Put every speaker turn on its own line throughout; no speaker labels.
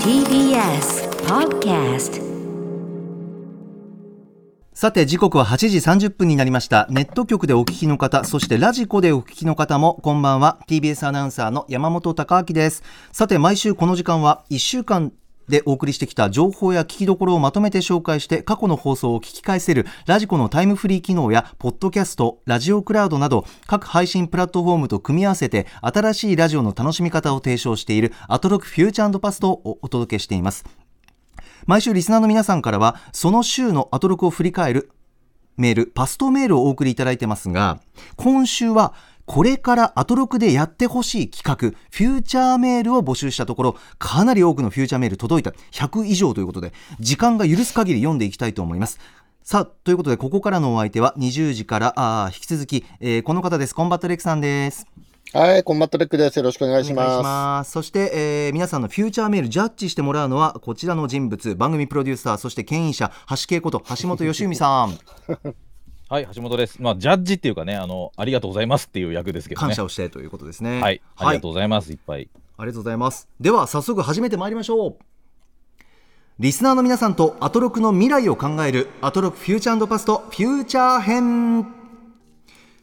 TBS Podcast
さて時刻は8時30分になりましたネット局でお聞きの方そしてラジコでお聞きの方もこんばんは TBS アナウンサーの山本貴明ですさて毎週この時間は1週間でお送りしてきた情報や聞きどころをまとめて紹介して過去の放送を聞き返せるラジコのタイムフリー機能やポッドキャストラジオクラウドなど各配信プラットフォームと組み合わせて新しいラジオの楽しみ方を提唱しているアトロクフューチャーパストをお届けしています毎週リスナーの皆さんからはその週のアトロクを振り返るメールパストメールをお送りいただいてますが今週はこれからアトロクでやってほしい企画フューチャーメールを募集したところかなり多くのフューチャーメール届いた100以上ということで時間が許す限り読んでいきたいと思いますさあということでここからのお相手は20時からあー引き続き、えーこの方ですコンバットレックさんです
はい、コンバットレックです。よろしくお願いし
お願いし
ま
ますそして、えー皆さんのフューチャーメールジャッジしてもらうのはこちらの人物番組プロデューサーそして牽引者橋恵こと橋本良美さん
はい、橋本です。まあ、ジャッジっていうかね、あの、ありがとうございますっていう役ですけどね。
感謝をしてということですね
はい、あ
はい
りがと、うございます。いっぱい。
ありがとうございますでは早速始めてまいりましょうリスナーの皆さんとアトロクの未来を考えるアトロクフューチャーパストフューチャー編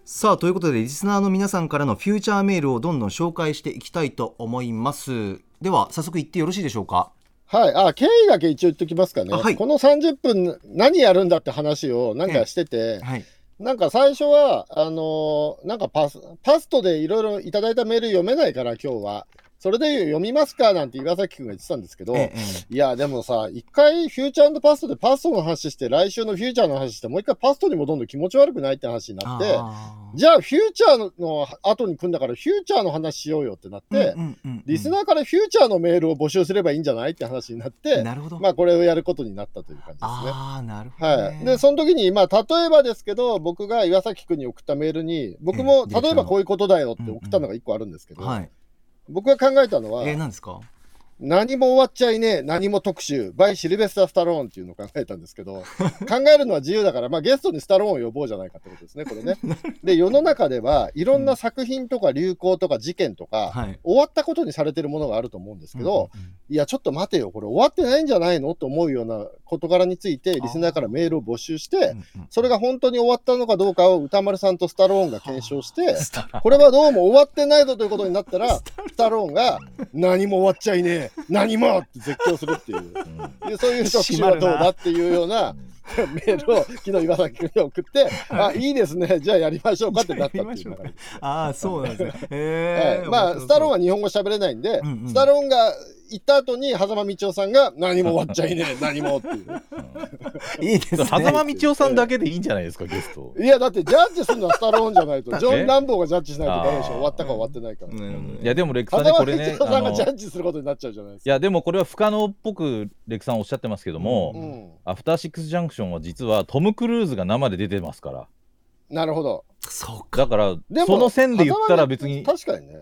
さあということでリスナーの皆さんからのフューチャーメールをどんどん紹介していきたいと思いますでは早速行ってよろしいでしょうか
す。はい、あ、経緯だけ一応言っときますかね。
あはい
この30分、何やるんだって話をなんかしてて、
はい
なんか最初は、あのーなんかパス、パストでいろいろいただいたメール読めないから今日は、それで読みますかなんて岩崎くんが言ってたんですけど、
えええ
いや、でもさ、一回フューチャーパストでパストの話して、来週のフューチャーの話して、もう一回パストに戻るの気持ち悪くないって話になって、
あー
じゃあフューチャーの後に来んだからフューチャーの話しようよってなって、
うんうんうんうん
リスナーからフューチャーのメールを募集すればいいんじゃないって話になって、
なるほど、
まあこれをやることになったという感じですね。
ああなるほど、ね
はい、でその時に、まあ、例えばですけど、僕が岩崎君に送ったメールに、僕も
ええ
例えばこういうことだよって送ったのが1個あるんですけど、
はい
僕が考えたのは、
えー、何ですか
何も終わっちゃいねえ、何も特集、バイ・シルベスター・スタローンっていうのを考えたんです けど、考えるのは自由だから、まあ、ゲストにスタローンを呼ぼうじゃないかってことですね、こ れね。で、世の中ではいろんな作品とか流行とか事件とか、
はい
終わったことにされてるものがあると思うんですけど、
うんうんうん
いや、ちょっと待てよ、これ終わってないんじゃないのと思うような事柄について、リスナーからメールを募集して、
うんうん
それが本当に終わったのかどうかを歌丸さんとスタローンが検証して、
スタロ
これはどうも終わってないぞということになったら、 スタローンが、何も終わっちゃいねえ、何もって絶叫するっていう。
うん
でそういう特集はどうだっていうようなメールを昨日岩崎君に送って、あ、いいですね、じゃあやりましょうかってなったっていう流れです。
ああそうなんですね。
は
え
い
ー、
まあ、スタローン
は
は日本語喋れないんで、
うんうん
スタローンが行った後に、狭間道夫さんが、何も終わっちゃい ねえ、何もっていう。
いいですね。
狭間道夫さんだけでいいんじゃないですか、ゲスト。
いや、だってジャッジするのはスタローンじゃ ないと、ジョン・ランボーがジャッジしないとダメでしょ、
あー
終わったか終わってないか。
うん
うんいや、でも、レックさんね、こ
狭
れ
間
ね、
道夫
あ
さん
の。
がジャ
い
ッジすることになっちゃうじゃないですか。
や、でも、これは不可能っぽく、レックさんおっしゃってますけど
う
も。
うん
アフターシックスジャンクションは実はトム・クルーズが生で出てますから
なるほど。
そうか。
だから
でも
その線で言ったら別に
確かにね。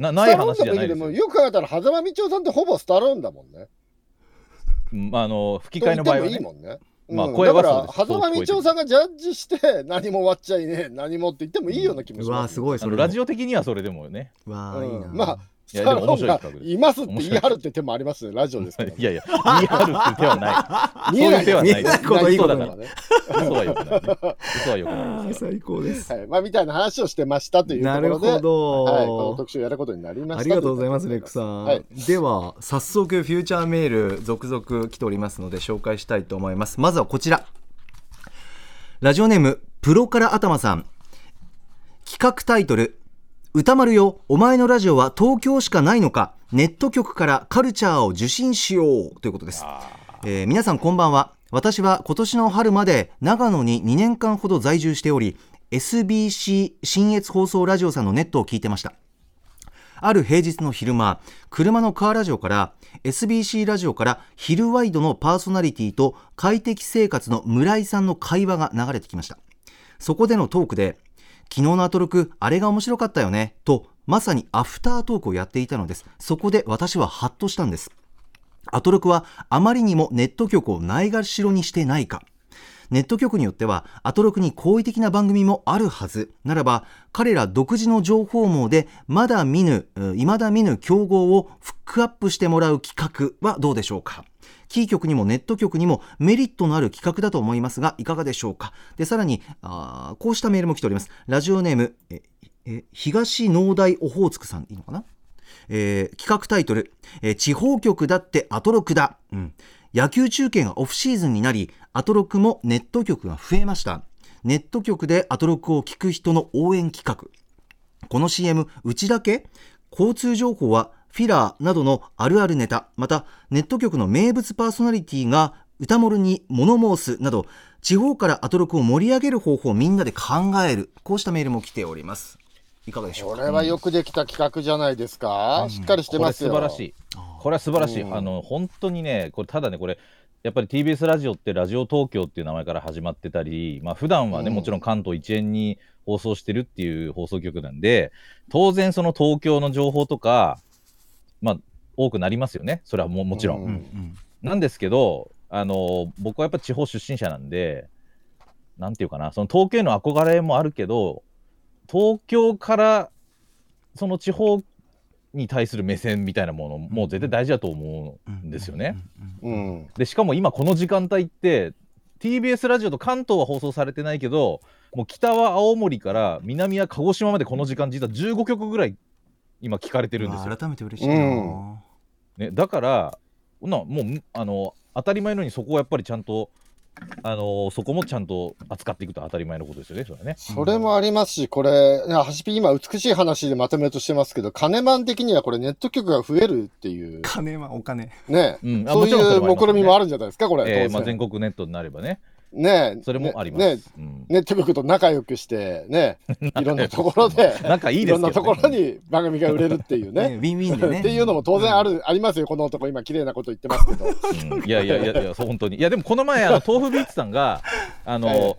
な
ス
ない
タローン
話じゃな
だけ
いで
ですも
よ
よく考えたら、狭間道夫さんってほぼスタローンだもんね。
うんあの吹き
と
替え
言
の
って
場合
も
はい
い
ね
もんね。
まあ
うん
声はそう
だ
です
から、狭間
そう聞こえて
道夫
る
さんがジャッジして、何も終わっちゃいねえ、何もって言ってもいいような気もし
う
ま
わ
す
す
ね。
ごい
あ
そ
の
れ。
ラジオ的にはそれでも ね
オ。わあ、いいな。
うんまあ、
い
ス
や
タ
で
ロ
も面
ーンが
白い企画です
いますって言い張るって手もありますね、ラジオですから。
いやいや、見張るって手はない。見えない手はない。
見えないこと
そう
いいこと
嘘だ
だ
か。
から
嘘はよくないね。嘘はよく
あ
ない
ー
ですから。
最高です。
はい、まあ、みたいな話をしてましたというと
な
ころ
る
で、
ほど、
はい、この特集をやることになりました。
ありがとうございます、レ
と
ッ
こ
ク
ろ
さん。
はい
では、早速、フューチャーメール、続々来ておりますので、紹介したいと思います。まずはこちら。ラジオネーム、プロから頭さん。企画タイトル、歌丸よ、お前のラジオは東京しかないのか、ネット局からカルチャーを受信しようということです。えー皆さんこんばんは私は今年の春まで長野に2年間ほど在住しており SBC 新越放送ラジオさんのネットを聞いてましたある平日の昼間車のカーラジオから SBC ラジオからヒルワイドのパーソナリティと快適生活の村井さんの会話が流れてきましたそこでのトークで昨日のアトロクあれが面白かったよねとまさにアフタートークをやっていたのですそこで私はハッとしたんですアトロクはあまりにもネット局をないがしろにしてないかネット局によってはアトロクに好意的な番組もあるはずならば彼ら独自の情報網でまだ見ぬいまだ見ぬ競合をフックアップしてもらう企画はどうでしょうかキー局にもネット局にもメリットのある企画だと思いますがいかがでしょうかでさらにあーこうしたメールも来ておりますラジオネームええ東農大オホーツクさんいいのかなえー企画タイトル、えー地方局だってアトロクだ、うん、野球中継がオフシーズンになりアトロクもネット局が増えましたネット局でアトロクを聞く人の応援企画この CM うちだけ交通情報はフィラーなどのあるあるネタまたネット局の名物パーソナリティが歌モルに物申すなど地方からアトロクを盛り上げる方法をみんなで考えるこうしたメールも来ておりますいかがでしょう
こ
か
れはよくできた企画じゃないですか、しっかりして
こ
ま
れ
す
素
よ
晴らしいこれは素晴らしい、
うん
あの本当にねこれただねこれやっぱり TBS ラジオってラジオ東京っていう名前から始まってたりまあ普段はね、
うん
もちろん関東一円に放送してるっていう放送局なんで当然その東京の情報とかまあ多くなりますよねそれはももちろん、
うんうん
なんですけどあの僕はやっぱ地方出身者なんでなんていうかなその東京への憧れもあるけど東京からその地方に対する目線みたいなものもう絶対大事だと思うんですよね。
うん、
でしかも今この時間帯って TBS ラジオと関東は放送されてないけどもう北は青森から南は鹿児島までこの時間実は15曲ぐらい今聞かれてるんです
うわ
よ。
改めて嬉しいな、
うん
ね、だからなもうむあの当たり前のようにそこはやっぱりちゃんとあのそこもちゃんと扱っていくと当たり前のことですよねそれはね。
それもありますし、これ、ねハシピ今、美しい話でまとめようとしてますけど、金マン的にはこれ、ネット局が増えるっていう、
金はお金
ね、
うんあ
そう
もちろんそれ
いう
はありますよね
目論みもあるんじゃないですか、これ、
えー
当然
まあ、全国ネットになればね
ねえ
それもあります。
ねね
うん
ネット局と仲良くして、 ね、いろんなところで、
仲 いい
い
です
ろ
けど、
ん
ね、
なところに番組が売れるっていう
ね
ね。
ウィンウィンでね
っていうのも当然ある、ありますよ、この男、今、綺麗なこと言ってますけど。
うんいやいやいやいやそう本当にいやでもこの前あの豆腐ビーツさんがあ
はい
の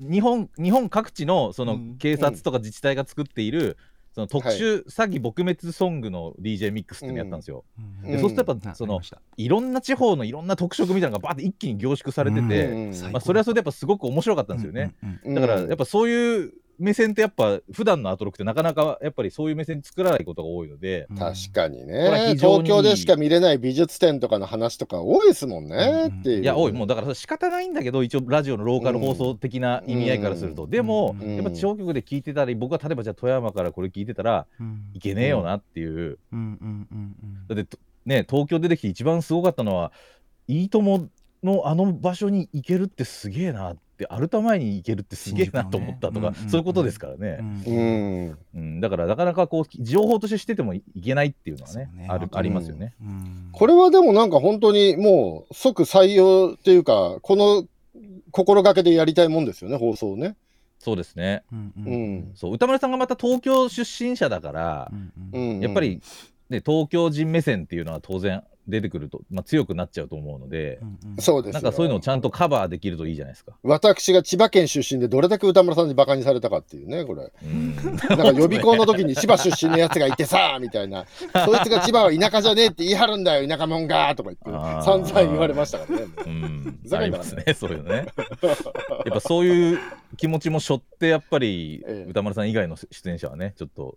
日本日本各地のそうの
ん
警察とか自治体が作っているその特殊詐欺撲滅ソングの DJ ミックスっていうのやったんですよ。
うん
でそうするとやっぱそのいろんな地方のいろんな特色みたいなのがバーって一気に凝縮されてて、
うん
まあ、それはそれでやっぱすごく面白かったんですよね。
うんうん
だからやっぱそういう目線ってやっぱ普段のアトロックってなかなかやっぱりそういう目線作らないことが多いので、
うん
確かに
これは
ね
非常に
東京でしか見れない美術展とかの話とか多いですもんね、
うん
っていう。
いや多いもうだから仕方ないんだけど一応ラジオのローカル放送的な意味合いからすると、
うん
でも、
うん
やっぱ地方局で聞いてたり僕は例えばじゃあ富山からこれ聞いてたら
うん
いけねえよなっていう、
うんうんうんうん
だってとね東京出てきて一番すごかったのは「いいとも!」のあの場所に行けるってすげえなってアルタ前に行けるってすげえなと思ったとか、
新宿のねうんうんうん
そういうことですからね。
う
うんん。
うん、だからなかなかこう情報としてしててもいけないっていうのはね
そうね
ある
本当に
ありますよね。
うん
これはでもなんか本当にもう即採用っていうか、この心がけでやりたいもんですよね、放送をね。
そうですね。
うんうん
うん。
そう歌丸さんがまた東京出身者だから
う、んうん
うん
やっぱ、り、ね、東京人目線っていうのは当然出てくると、まあ、強くなっちゃうと思うので
う、んうん
そうです
な
よ
んかそういうのをちゃんとカバーできるといいじゃないですか。
私が千葉県出身でどれだけ歌村さんにバカにされたかっていうね、これ。
うん、
なんか予備校の時に千葉出身のやつがいてさ、みたいな。そいつが千葉は田舎じゃねえって言い張るんだよ、田舎もんがとか言っ
あ
て、散
ー
々言われましたからね。
うん
ふざ
あ
けん
り
な
ますね、 そういうのね。やっぱそういう気持ちも背負って、やっぱり
ええ
歌丸さん以外の出演者はね、ちょっと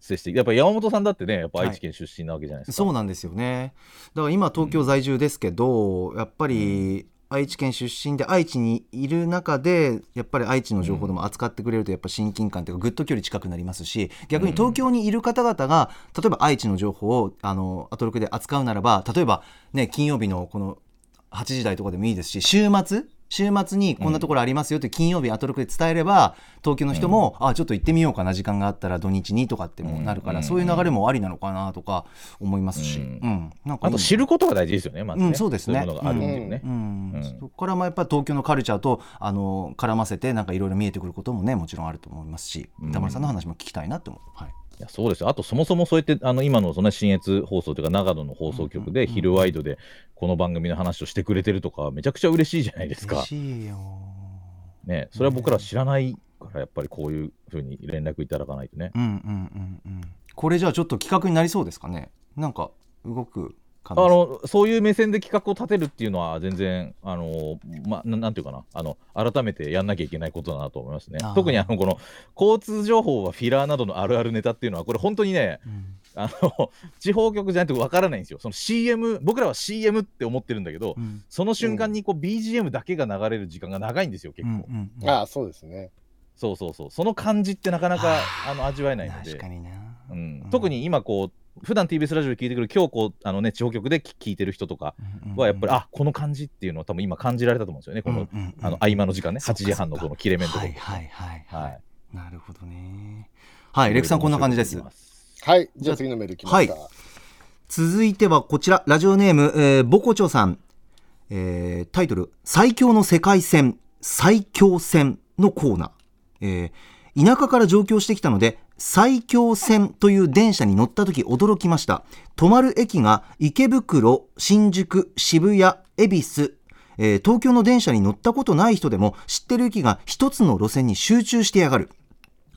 接して、やっぱ山本さんだってね、やっぱ愛知県出身なわけじゃないですか。
そうなんですよねだから今東京在住ですけど、やっぱり愛知県出身で愛知にいる中でやっぱり愛知の情報でも扱ってくれるとやっぱ親近感というかぐっと距離近くなりますし逆に東京にいる方々が例えば愛知の情報をあのアトロクで扱うならば例えばね金曜日のこの8時台とかでもいいですし週末週末にこんなところありますよって金曜日アトロクで伝えれば東京の人も、あちょっと行ってみようかな時間があったら土日にとかってもうなるから、
うん
そういう流れもありなのかなとか思いますし、う
うんん
なんかい
あ
い
と知ることが大事ですよね、まずね。
うんそうですね
いうものがあるっていうね
う。ん
うん
そこからまあやっぱり東京のカルチャーとあの絡ませてなんかいろいろ見えてくることもねもちろんあると思いますし
うん
田村さんの話も聞きたいなって思う、はい
いやそうですよあとそもそもそうやってあの今のその新越放送というか長野の放送局
うん
で
うんうん
「ヒルワイド」でこの番組の話をしてくれてるとかめちゃくちゃ嬉しいじゃないですか
嬉、しいよ
ね、それは僕ら知らないからやっぱりこういうふうに連絡いただかないとね
うんうんうんうんこれじゃあちょっと企画になりそうですかねなんか動く可
あ
能性
のそういう目線で企画を立てるっていうのは全然あの、ま、ななんていうかなあの改めてやんなきゃいけないことだなと思いますね
あー
特にあのこの交通情報はフィラーなどのあるあるネタっていうのはこれ本当にね
うん
あの地方局じゃないとわからないんですよその CM 僕らは CM って思ってるんだけど、
うん
その瞬間にこう BGM だけが流れる時間が長いんですよ結
う
構、
んうんうん
ああ、そうですね。
そうそうそうその感じってなかな
は
かあの味わえないので
確かにな、
うん
うん
特に今こう普段 TBS ラジオで聞いてくる今日こうあの、ね、地方局で聞聞いてる人とか
うんうん
はやっぱり、あこの感じっていうのは多分今感じられたと思うんですよねこの,、
うんうんうん
あの合間の時間ね
そ
8
っか
時半の
そっか
この切れ目のとこ
は
ろ
いはいはい
はい
なるほどねはいレクさんこんな感じです
はい。じゃあ次のメールいきますか。
はい続いてはこちらラジオネーム、えー、ボコチョさん、えータイトル「最強の世界戦最強戦」のコーナー、えー田舎から上京してきたので最強線という電車に乗った時驚きました止まる駅が池袋新宿渋谷恵比寿えー東京の電車に乗ったことない人でも知ってる駅が一つの路線に集中してやがる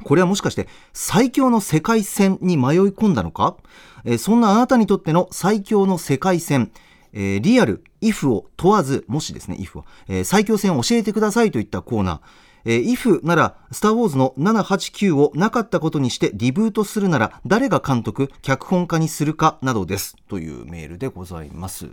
これはもしかして最強の世界線に迷い込んだのか、えーそんなあなたにとっての最強の世界線、えーリアル、if を問わず、もしですね、if は、えー最強線を教えてくださいといったコーナー。えー if なら、スター・ウォーズの789をなかったことにしてリブートするなら、誰が監督、脚本家にするかなどです。というメールでございます。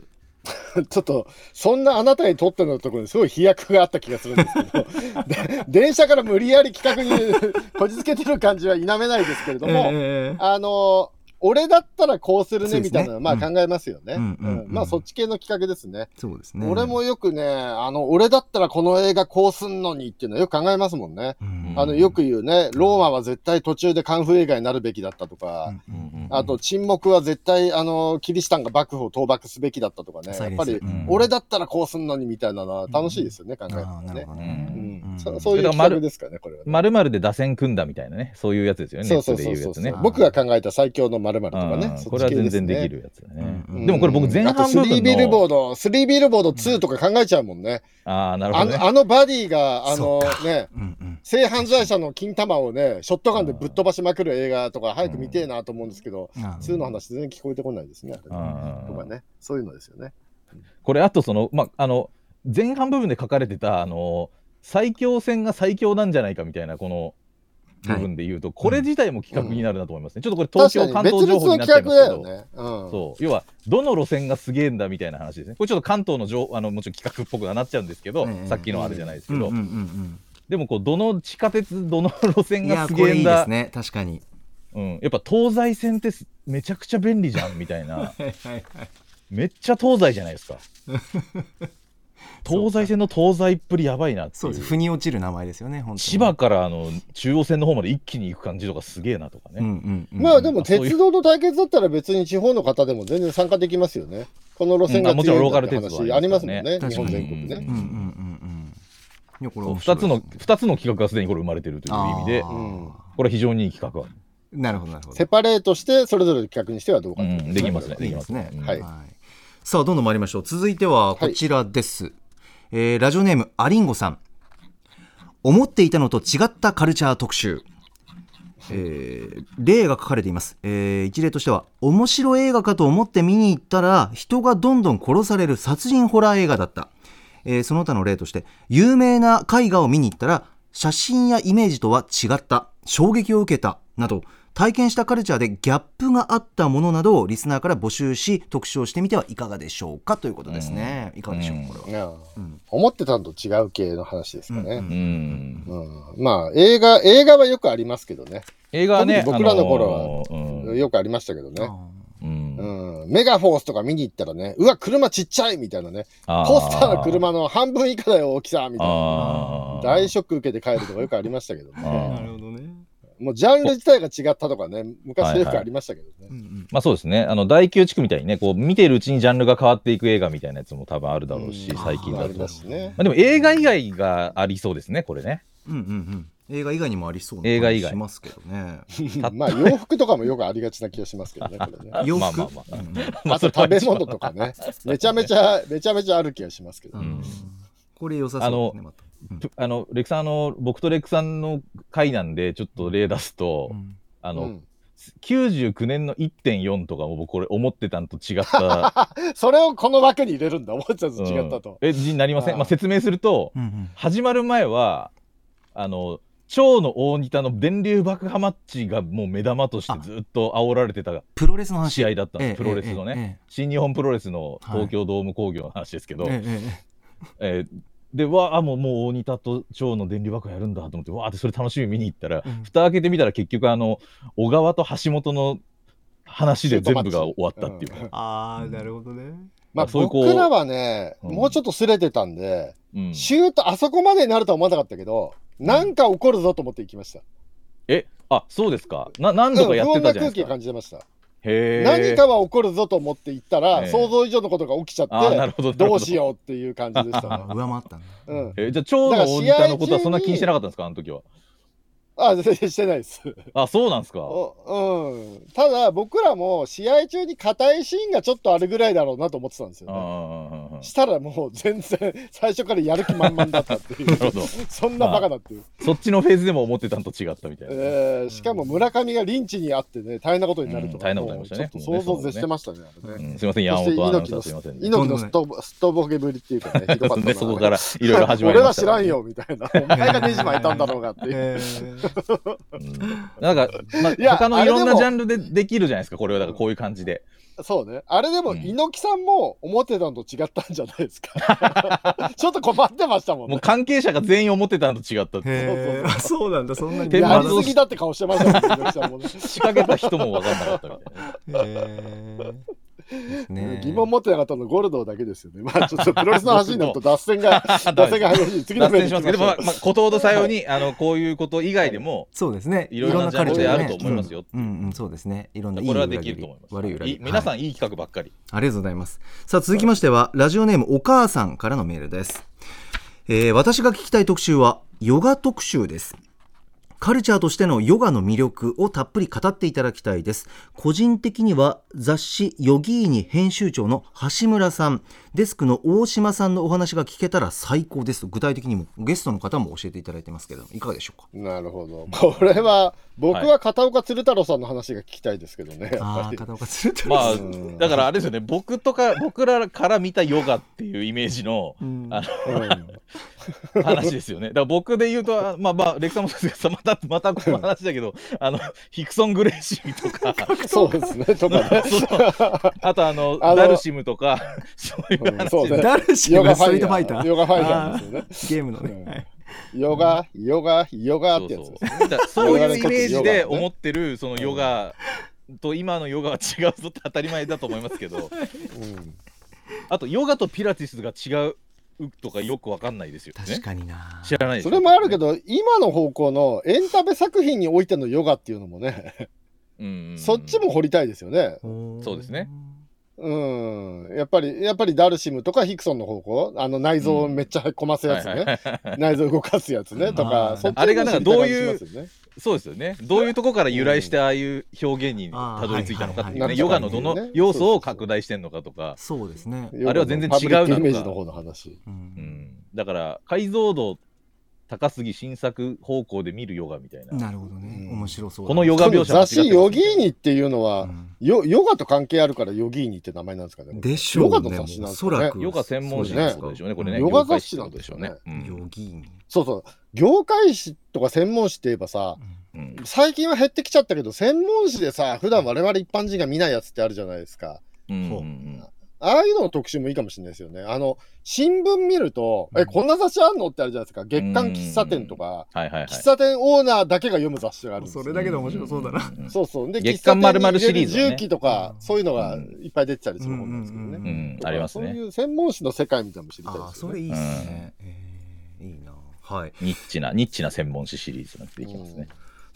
ちょっと、そんなあなたにとってのところにすごい飛躍があった気がするんですけ ど、で電車から無理やり企画に こじつけてる感じは否めないですけれども、
えー
あの、俺だったらこうするねみたいなのはま
そうで
あ
すね
考えますよね。
う
うん
うんうん
んまあそっち系の企画ですね。
そうですね。
俺もよくね、あの、俺だったらこの映画こうすんのにっていうのはよく考えますもんね。
うん、
あの、よく言うね、ローマは絶対途中でカンフー映画になるべきだったとか、
うんうんうん
あと、沈黙は絶対、あの、キリシタンが幕府を倒幕すべきだったとかね、
サ
や
イレン
っぱ
ス
り
う、ん
俺だったらこうすんのにみたいなのは楽しいですよね、考え
あ
ま
ー
す
なる
ね
ほ。どね。
う
うんん
そそういう
それが
企画
丸
ですかね、これはね。
まるまるで打線組んだみたいなねそういうやつですよね
そうそう
ネッ
そ
ト
う
で言う
そ
や
う
つね
あー
僕が考えた最強の〇〇とか
う
ね
ん、
そっち系
これは
で
全
す
然
ね
できるやつだね
うん
でもこれ僕前
あと
半部分
3ビルボー
の
ド、3ビルボード2とか考えちゃうもんね。
ああなるほ
あ
どね
のあのバディが、あ
そ
の
うか
ね、
うんうん
性犯罪者の金玉をね、ショットガンでぶっ飛ばしまくる映画とか、早く見てえなと思うんですけど、
なるほど
2の話、全然聞こえてこないですね。
うん
とかね、そういうのですよね。
これあとその,、ま、あの前半部分で書かれてたあの最強戦が最強なんじゃないかみたいなこの部分で言うと、これ自体も企画になるなと思いますね、ちょっとこれ東京関東情報になっちゃいますけど、
ね。うん
そう要はどの路線がすげえんだみたいな話ですねこれちょっと関東の情あのもちろん企画っぽくはなっちゃうんですけど、
ええ
さっきのあれじゃないですけ
うん
ど、
うんうんうん
でもこうどの地下鉄どの路線
い
が
や
す
こ
げえ
れい
ん
いで
だ
すね確かに
うん、やっぱ東西線ってすめちゃくちゃ便利じゃんみたい な
はいはいはい
めっちゃ東西じゃな いですか東西線の東西っぷりやばいなって
そ
いう
うです腑に落ちる名前ですよね本当に
千葉からあの中央線の方まで一気に行く感じとかすげえなとか
うんう
ね、
んうん
まあでも
あそういう
鉄道の対決だったら別に地方の方でも全然参加できますよね。この路線
う
が
んあもちろ
強
ん
いんだっ
ロー
て
カル鉄
話
道
あ
あ
り
り
ま
ますす
も
か
ん
ら
ね
ね、
確かに
日本全国で
うんうん
ね。
うんうんいやこれ
そう
面白
2
い
つの二つの企画がすでにこれ生まれてるという意味で
あ
こ
ー
れは非常にいい企画は、
なるほどなるほど
セパレートしてそれぞれの企画にしてはどうか
う
ってこと
ん、できますね
い
で
い
き
で
ますす
ね
ね、
は
う
い
ん
さあどんどん参りましょう続いてはこちらです、えーラジオネームアリンゴさん思っていたのと違ったカルチャー特集えー例が書かれています、えー一例としては面白い映画かと思って見に行ったら人がどんどん殺される殺人ホラー映画だった、えーその他の例として有名な絵画を見に行ったら写真やイメージとは違った衝撃を受けたなど体験したカルチャーでギャップがあったものなどをリスナーから募集し特集をしてみてはいかがでしょうかということですね、いかがでしょう
うん
これは、
ね
うん
思ってたのと違う系の話ですか
う
ね
ん。
うん
うんまあ映画、映画はよくありますけどね。
映画はね
僕らの頃は
あのーうん
よくありましたけどね。
うん
うん、メガフォースとか見に行ったらね、うわ、車ちっちゃいみたいなね、
あ
ポスターの車の半分以下だよ、大きさみたいな。
あー
大ショック受けて帰るとかよくありましたけど
あ
ね。
ーなる
ほどね、
もうジャンル自体が違ったとかね、昔よくありましたけどね。
うんうん
まあそうですねあの第9地区みたいにねこう見ているうちにジャンルが変わっていく映画みたいなやつも多分あるだろうし、
うん
最近
あ
だ
り
と、
ま
ます
ね
あ、でも映画以外がありそうですねこれね
うんうんうん映画以外にもありそうな
映画
感
以
じ
外
しますけど ね。
まあ洋服とかもよくありがちな気がしますけどね、これね。
洋服
まあまあまあ
うん
あと食べ物とかね、めちゃめちゃ、めちゃめちゃある気がしますけど
う
ね。
んこれ良さそうですねまた
ぷあのレクさんあの僕とレクさんの回なんでちょっと例出すと、
うん
あの、
うん
99年の1.4とかも僕これ思ってたんと違った、
それをこの枠に入れるんだ、思っちゃうと
うん
違ったと。
えになりませ
あ
ん
ー
まあ、説明すると
うんうん
始まる前はあの蝶の大仁田の電流爆破マッチがもう目玉としてずっと煽られてた
プロレスの話
試合だったんです、プロレスのね、
ね。
新日本プロレスの東京ドーム工業の話ですけど、
ええええええ
えーでわあもうもう大仁田と蝶の電流爆破やるんだと思ってわあってそれ楽しみに見に行ったら、
うん
蓋開けてみたら結局あの小川と橋本の話で全部が終わったっていう
う
か、
ああ、なるほどね。
まあ、
そういうこう
僕らはね、
うん
もうちょっとすれてたんで、
うん
シュート、あそこまでになるとは思わなかったけど、なんか起こるぞと思って行きました。
えあそうですかな
う
何
ん
度
不
かやって
穏
た
な
じゃな
空
いで
気
すか、
感じてました。
へえ
何かは起こるぞと思って行ったら、
ええ
想像以上のことが起きちゃ
あーな
っ
るほど
て、どうし
う
ようっていう感じでした
あ
ね。
ー 上回ったね。
うん
えーじゃあ蝶の大仁田のことはそんな気にしてなかったんですかあの時は
あ、全然してないです。
あそうなんで すか
おうん、ただ僕らも試合中に硬いシーンがちょっとあるぐらいだろうなと思ってたんですよ
あ
ね。
ー
したらもう全然最初からやる気満々だったってい
なるほ
う
ど
そんなバカだっていう、
そっちのフェーズでも思ってたんと違ったみたいな、
えーしかも村上がリンチにあってね大変なことになるとは、
うん大変なことになりましたね
もうちょっと想像絶してましたねあれね
うんすいません山本アナウンサーすいません、ね、
猪木のすっとすっとぼけぶりっていうかねひどかったな
ね そこからいろいろ始まり
俺
ま
は
した
知らんよみたいな お前がネジ巻いたんだろうが っていう
えー
うんなんか、まあ
いや
他のいろん
あれで
な
も
ジャンルでできるじゃないですか、これはだからこういう感じで。
そうねあれでも
うん
猪木さんも思ってたのと違ったんじゃないですか ちょっと困ってましたもんね
もう関係者が全員思ってたのと違ったって。
へーあそうなんだ、そんなに。
手
や
間
り
の
すぎだって顔してましたもん猪木さんもね
仕掛けた人も分かんなかったみたいな。
へーですね
疑問持ってなかったのゴルドーだけですよね。まあちょ っとプロレスの話になると脱線が脱線が激しい。 次の
脱
メールいき
線し
ま
ますけど、
しょ
まあ
う、
まあ、ことほどさように、あの、こういうこと以外でも、
そうですね。
いろいろなジャンルであると思いますよ
うんうんうん、そうですね。いろんな
こ
いい
れは
裏
でき
切
ると
り
思い、ます。
悪い裏
い
切
い
り。
皆さ
はい
ん、いい企画ばっかり。
ありがとうございます。さあ、続きましては、ラジオネームお母さんからのメールです。えー私が聞きたい特集は、ヨガ特集です。カルチャーとしてのヨガの魅力をたっぷり語っていただきたいです。個人的には雑誌ヨギーニ編集長の橋村さん、デスクの大島さんのお話が聞けたら最高です。具体的にもゲストの方も教えていただいてますけど、いかがでしょうか。
なるほど。 これは僕は片岡鶴太郎さんの話が聞きたいですけどね。やっ
あ
ぱ
あ、
り
片岡鶴太郎
ま
さん。
あ、だからあれですよね、僕とか、僕らから見たヨガっていうイメージの
うん
あ
うん
の話ですよね。だから僕で言うと、あまあまあ、レクさんもそうですけど、また、またこの話だけど、あの、ヒクソン・グレイシーとか、
そうですね。とか ね。
そのあとあの
あの
ダルシムとかそういう
うん
話
そうね。
ダルシム
ヨガ
が
フ
スト
ァ
リー
イ
ト
ヤ
ファイタ
ー。
ー。
ヨガファイターですよね。
ゲームの
うん
ね。はい
ヨガ、ヨガ、ヨガってやつですね。
だからそういうイメージで
ヨガね
思ってるそのヨガと今のヨガは違うぞって当たり前だと思いますけど
うん
あとヨガとピラティスが違うとかよくわかんないですよね
確かにな。
知らないです
それもあるけ
ど、
ど、今の方向のエンタメ作品においてのヨガっていうのもね、
うんうんうん
そっちも掘りたいですよね。
そうですね。
うん、やっぱり、やっぱりダルシムとかヒクソンの方向、あの内臓をめっちゃこませやつ
はいは
ね、内臓動かすやつね、と
あー
か、そっちの
あれがなんかどういう
知りた感じし
そうですよねどういうとこから由来してああいう表現にたどり着いたのかっていう
あーは
ね
い
ヨ
は
ガ
いはい
のどの要素を拡大してんのかとか、
そうですね
ますよね
あれは全然違うな
パブリックイメージの方の話。
う
うんん、だから解像度高すぎ新作方向で見るヨガみたいな
なるほどね。面白そうだ。
このヨ
こ
ガ
の
描写
雑誌ヨギー
に
ニっていうのは、
うん
ヨヨガと関係あるからヨギーニって名前なんですかね。
でしょうね。
ヨガの雑誌な
お
んです
そ
かね
らく。
ヨガ専門誌
ね
のことでしょうね、これね。
ヨガ雑誌なん
業界誌って
で
ことですし
よ
ょ
ね
うね。うん
ヨギーニ。
そうそう、業界誌とか専門誌って言えばさ、
うん
最近は減ってきちゃったけど、専門誌でさ、普段我々一般人が見ないやつってあるじゃないですか。
うん
ほう
うん
ああいうのの特集もいいかもしれないですよね。あの、新聞見ると、
うん
え、こんな雑誌あんのってあるじゃないですか。月刊喫茶店とか、
はいはいはい。
喫茶店オーナーだけが読む雑誌があるんですよ
それだけで面白そうだな。
ん
そうそう。で、
月刊
喫茶店に入れる
〇〇シリーズはね
重機とか、そういうのが
うん
いっぱい出てたりするもんなんですけど
うんうん
ね。
う
うんあります
そう
ね。
いう専門誌の世界みたいなのも知りたい
あ
で
あ、
すよ
それ
ね。
いいっすね。えーいいな。はい。
ニッチな、ニッチな専門誌シリーズになっていきますね。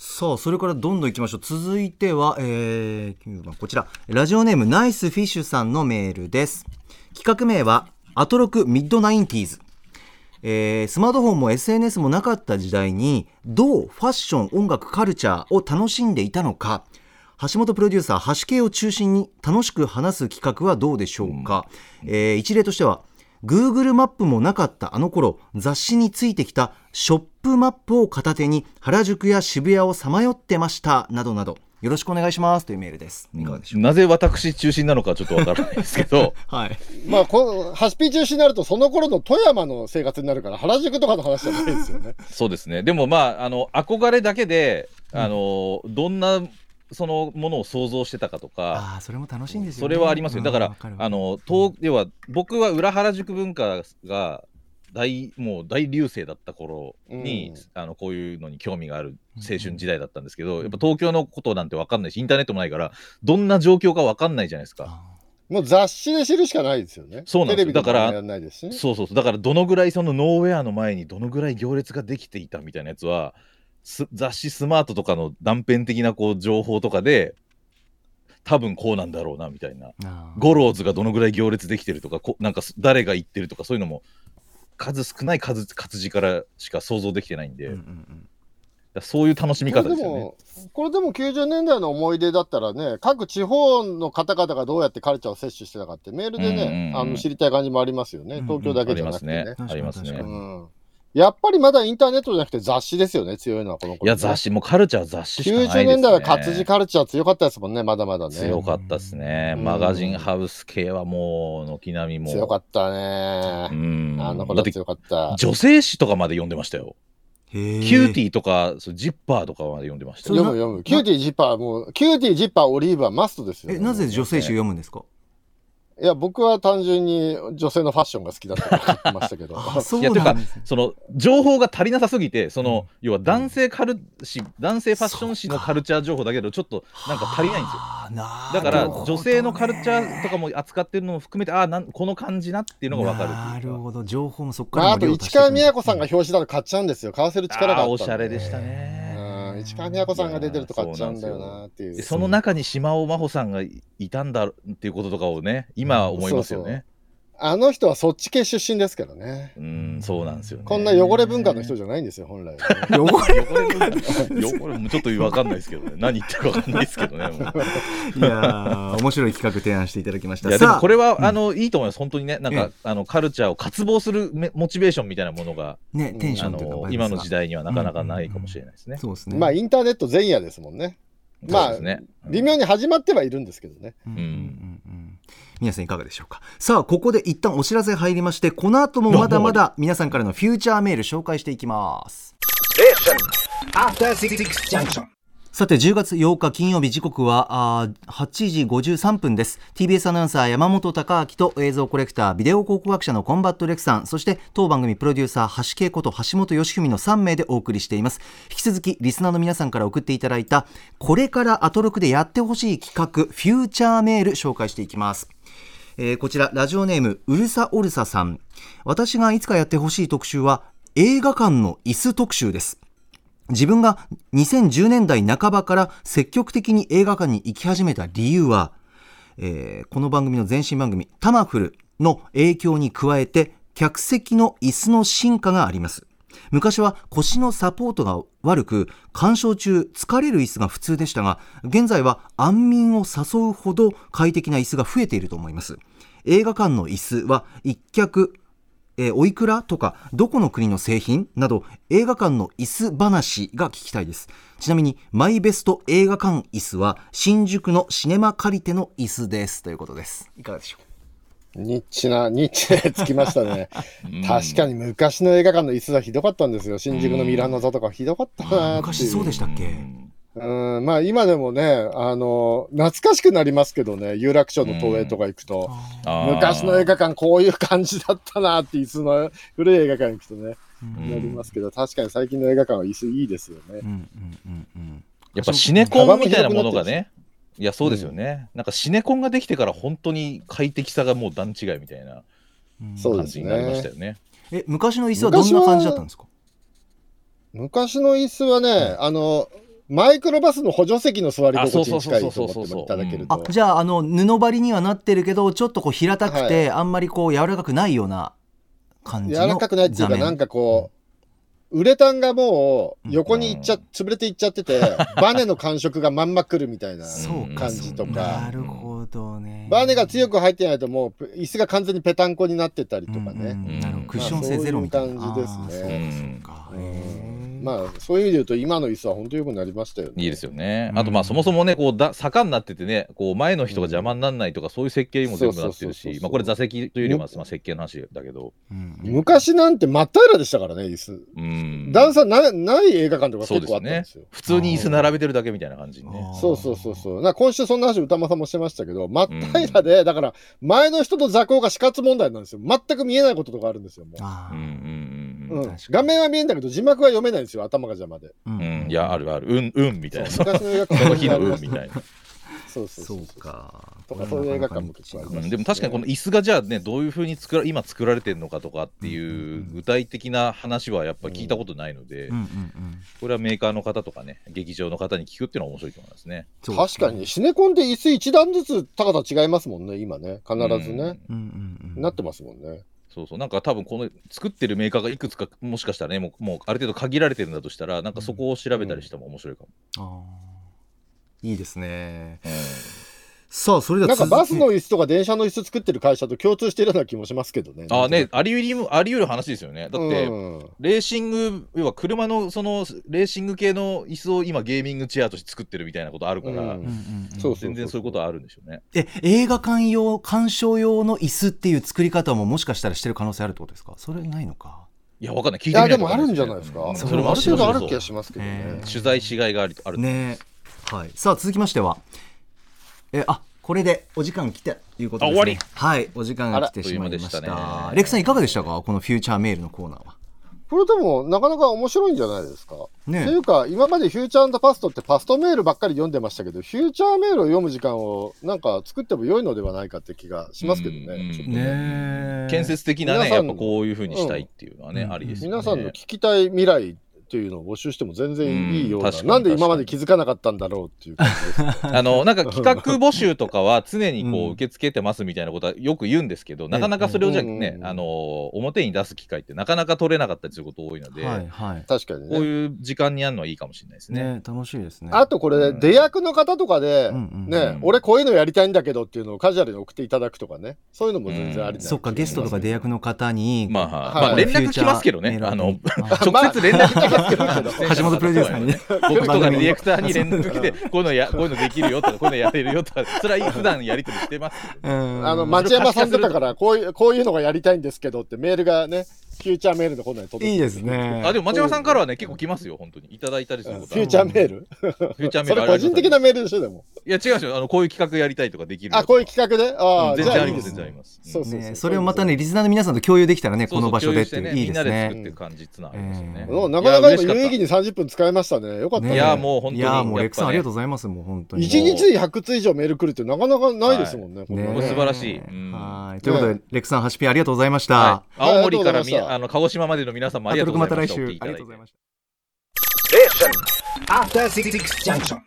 さあ、それからどんどんいきましょう。続いては、えー、9番こちら。ラジオネームナイスフィッシュさんのメールです。企画名は、アトロクミッドナインティーズ。えースマートフォンも SNS もなかった時代にどうファッション音楽カルチャーを楽しんでいたのか橋本プロデューサー橋系を中心に楽しく話す企画はどうでしょうか、えー一例としては Google マップもなかったあの頃雑誌についてきたショップマップを片手に原宿や渋谷をさまよってましたなどなどよろしくお願いしますというメールです。いかがでしょう
なぜ私中心なのかちょっとわからないですけど
か。はい。
まあ、このハシピ中止になると、その頃の富山の生活になるから、原宿とかの話じゃないですよね。
そうですねでもまああの憧れだけであの、どんなそのものを想像してたかとか
ああ、それも楽しいんですよ、
そ
ね。
れはありますよだから、
わるわ
あの東要は僕は裏原宿文化が大もう大流星だった頃に、
うん
あのこう いうのに興味がある青春時代だったんですけど、やっぱ東京のことなんて分かんないしインターネットもないからどんな状況か分かんないじゃないですか。
あ
もう雑誌で知るしかないですよね。
そうなんで
テレ
すよ
ビとかも
だから
やんないですしね。
そうそうそうだからどのぐらいそのノーウェアの前にどのぐらい行列ができていたみたいなやつはす雑誌スマートとかの断片的なこう情報とかで多分こうなんだろうなみたいな
ーあー
ゴローズがどのぐらい行列できてるとかこなんかす誰が行ってるとかそういうのも数少ない数活字からしか想像できてないんで、
うんう
だか
ん
らそういう楽しみ
これ
方
で
ですよね。
も、これでも90年代の思い出だったらね、各地方の方々がどうやってカルチャーを摂取してたかって、メールでね、
うんうんうん
あの知りたい感じもありますよ
う
ね、
んうん
東京だ
あ
け
り
じゃ
ま
なく
す
て
ね
ね。
確。かに
あります
確
ね
か。に
うんやっぱりまだインターネットじゃなくて雑誌ですよね、強いのはこの
いや雑
誌
誌もうカルチャーは雑誌しかないですね。
90年代は活字カルチャー強かったですもんね、まだまだね。
強かったですね、
うん
マガジンハウス系はもう軒並みもう
強かったね
う。ん
あの
だ
頃
って
強かった。
女性誌とかまで読んでましたよ、
へー
キューティーとかそうジッパーとかまで読んでました
それ
よ
読む読む。キューティー、ジッパー、もう、キューティー、ジッパー、オリーブはマストですよ、
え、なぜ女性誌を読むんですか
いや、僕は単純に女性のファッションが好きだったから買ってました けど。
あ、そ
いや
う
て
な
か
んですね。
その情報が足りなさすぎてその、
うん
要は男性カル誌男性ファッション誌のカルチャー情報だけどちょっとなんか足りないんですよ
あーな
だから
るほどね
女性のカルチャーとかも扱ってるのも含めてああなんこの感じなっていうのが分かる
な
ってい
る
うか
ほど、情報もそこか
ま
らも
あ、あと
量足し
市
ていく
川美也子さんが表紙だと買っちゃうんですよ。買わせる力があっ
あー
た
お
ん
し
で
ゃれでしたね、
うん、市川美也子さんが出てると買っちゃうんだよなっていう。
その中に島尾真帆さんがいたんだっていうこととかをね今思いますよね。
あの人はそっち系出身ですからね。
うんそうなんですよね。
こんな汚れ文化の人じゃないんですよ、本来はね、
汚 れ
汚れ文化汚れもちょっと分かんないですけどね何言ってるか分かんないですけどね。もう
いやー面白い企画提案していただきまし
い
た。
やでも
さ
こ
あ、
れは、あのいいと思います本当にねなんか、
ええ
あのカルチャーを渇望するめモチベーションみたいなものが
ね、テンショ
あ
ンというか
の
バイブスが
今の時代にはなかなかないかもしれないですね。
そうですね。
まあ、インターネット前夜ですもんね。まあ
そうですねうん
微妙に始まってはいるんですけどね。
うん
ん
うんうんうん皆さんいかがでしょうかさあここで一旦お知らせ入りましてこの後もまだまだ皆さんからのフューチャーメール紹介していきますさて10月8日金曜日時刻はあー8時53分です TBS アナウンサー山本貴明と映像コレクタービデオ考古学者のコンバットレクさんそして当番組プロデューサー橋恵子と橋本良文の3名でお送りしています引き続きリスナーの皆さんから送っていただいたこれからアトロクでやってほしい企画フューチャーメール紹介していきますえーこちらラジオネームうるさおるささん私がいつかやってほしい特集は映画館の椅子特集です自分が2010年代半ばから積極的に映画館に行き始めた理由は、えーこの番組の前身番組「タマフル」の影響に加えて客席の椅子の進化があります昔は腰のサポートが悪く鑑賞中疲れる椅子が普通でしたが現在は安眠を誘うほど快適な椅子が増えていると思います映画館の椅子は一脚えーおいくらとかどこの国の製品など映画館の椅子話が聞きたいですちなみにマイベスト映画館椅子は新宿のシネマ借り手の椅子ですということですいかがでしょう
ニッチな、ニッチなつきましたね。確かに昔の映画館の椅子はひどかったんですよ。新宿のミラノ座とかひどかったなーっていう。
昔そうでしたっけ
うん
うん、まあ今でもね、あの、懐かしくなりますけどね、有楽町の東映とか行くと、
あー
昔の映画館こういう感じだったなって、椅子の古い映画館行くとね、
うん
なりますけど、確かに最近の映画館は椅子いいですよね
う。んうんうんうん
やっぱシネコンみたいなものがね、いや、そうですよね、なんかシネコンができてから本当に快適さがもう段違いみたいな
うん
そう
感
で
じ
す
になりました
ね
よ。ね。
え昔の椅子はどんな感じだったんですか
昔の椅子はね、あの、マイクロバスの補助席の座り心地に近いと
あそ
思
う
っ
そうそ
て
うそうそう
いただける
あ
と。
じゃああの布張りにはなってるけどちょっとこう平たくて、あんまりこう柔らかくないような感じ
柔
の
らかくないっていうか、
座面
なんかこう、ウレタンがもう横に行っちゃ、
うん
潰れていっちゃってて、バネの感触がまんまくるみたいな。
そうか
感じとか
なるほどね
バネが強
く
く入ってないともう椅子が完全にペタンコになってたりとか
うん
ね。
うんなるほどクッション性ゼロみたいな、
まあそういう感じですね
あーそうかそうか
うん
へ
まあ、そういう意味で言うと、今の椅子は本当によくなりましたよね。
いいです
よ。
よね
う。ん
あとまあそもそもね、こうだ坂になっててね、こう前の人が邪魔にならないとか、そういう設計にも全部なってる
そうそうそうそ
し
う、
まあこれ座席というよりはまあ設計の話だけど、
うん
昔なんて真っ平らでしたからね、椅子。
うん。
段差なない映画館とか結構あったんですよ。
普通に椅子並べてるだけみたいな感じにね。
そうそうそうそう。なんか今週そんな話歌間さんもしてましたけど、真っ
ん
平らで、だから前の人と座高が死活問題なんですよ。全く見えないこととかあるんですよ。もう
あ
うん
ー
うん
う
うんん
確かに
画面は見えんだけど字幕は読めないんですよ。頭が邪魔で。
う
うんん。いや、あるある。うん、うんみたいな。
そ
そう
昔の映画館
の日のうんみたいな。
そうそ
そ
うそううそう。
か。
とかそういう映画館も結構あり
う
ます
ん、でも確かにこの椅子がじゃあねどういうふうに作ら今作られてるのかとかって
うんうん
いう
うん
具体的な話はやっぱ聞いたことないので、
うんうんうん
これはメーカーの方とかね劇場の方に聞くっていうのは面白いと思いますね。
そう
確かに。シネコンで椅子一段ずつ高さ違いますもんね、今ね。必ず
う
うん
ね。
ん
うんうん。
なってますもんね。
そうそうなんか多分この作ってるメーカーがいくつかもしかしたらねもうもうある程度限られてるんだとしたらなんかそこを調べたりしても面白いかも。
あーいいですね。
うん
さあ、それで
な
は
んかバスの
続いて
椅子とか電車の椅子作ってる会社と共通してるような気もしますけどね。
ああねありうりもあり得る話ですよね。だって、
うん
レーシング要は車のそのレーシング系の椅子を今ゲーミングチェアとして作ってるみたいなことあるから、
うん
うんうんうん
そう
全然そういうことはあるんでしょうね。
え、映画館用、鑑賞用の椅子っていう作り方ももしかしたらしてる可能性あるってことですかそれないのか。
いや、わかんない。聞い
い
てみ
や、
ない
で
とわ
も
か
あ
ん
る
ない
ん
です
じ
ね
ゃないですか。
うん
そ
れ
れ
も
ある程度ある気
面
が
白そう
しますけど
え
ね
ー。
取材しがいがあるある。
ねえ。はい。さあ、続きましては。え、あ、これでお時間来てということです、ね。
あ終わ
はい。お時間が来てしまいまし
あらあっという間でした
た。
ね
レクさんいかがでしたかこのフューチャーメールのコーナーは。
これでもなかなか面白いんじゃないですか。
ねえ
っていうか今までフューチャーパストってパストメールばっかり読んでましたけどフューチャーメールを読む時間をなんか作っても良いのではないかって気がしますけど
うんうん
ね。ちょっと
ねえ
建設的な
皆
ね、
さ
や
ん
っぱこういうふうにしたいっていうのはね、
うん
ありですよね。
皆さんの聞きたい未来っていうのを募集しても全然いいよう
う
な、
ん確かに
なんで今まで気づかなかったんだろうっていう感じです。
あの、なんか企画募集とかは常に
う
こ
ん
う受け付けてますみたいなことはよく言うんですけど、なかなかそれをじゃあね
う、ん
あの、表に出す機会ってなかなか取れなかったりすること多いので、
はい、はい。
確かに
こう
ね。
いう時間にやるのはいいかもしれないですね。
ね楽しいですね。
あとこれ、
うん
出役の方とかで、
うんうん
ね、
うん
俺こういうのやりたいんだけどっていうのをカジュアルに送っていただくとかね、そういうのも全然ありだな
そっか、ゲストとか出役の方に、
まあ、
はい
まあ、連絡来ますけど
フュ
ね
ー。チャー
あ
メール、
の
に
直接連絡 来ますけど
まあ
橋本プロデューサーにね。
僕とかディレクターに連絡来て、こういうのや、こういうのできるよとか、こういうのやれるよとか、それは普段やりとりしてますけ ど。
うん
あの、町山さん出たから、こういう、こういうのがやりたいんですけどってメールがね、フューチャーメールのこんなに届
いい
いて。
ですね。
あでも町山さんからはね結構来ますよ本当にいただいたりす
フュ
ることある
ーチャーメール
フューチャーメ
そ
ール
れ
あ
個
りがとう
人
ご
的
ざいます
なメールでしょ、でも。
いや違うんですよあのこういう企画やりたいとかできる
あ、こういう企画であ
うん
あ、
全
じゃあ
然あ
い
り
い
ま
ですす
全然あ
ね。
ります
そうそうそう
ね、それをまたね、リスナーの皆さんと共有できたらね、
そ
こ
うそ
の
う
場所でって
共有して
いいです
みんなで
ね。
作っていく感じっていうのはありますよね
う
なかなか
いや嬉し
今
かっ
有
た
意義に30分使えましたね。よかったね。
ね
いやもう本当
い
に
やーもうレックさんありがとう
う
ございます、もう本当に。
一日で100通以上メール来るってなかなかないですもんね。こんな
こ
ね
れ素晴らしいうん
はい。ということで、レックさん、ハシピありがとうございました。
青森からみ
ありがとうございました
あの鹿児島までの皆さんもありがとうございまし
アト
た
ロクまた来週。ありがとうございま
し
した。
After Six Junction.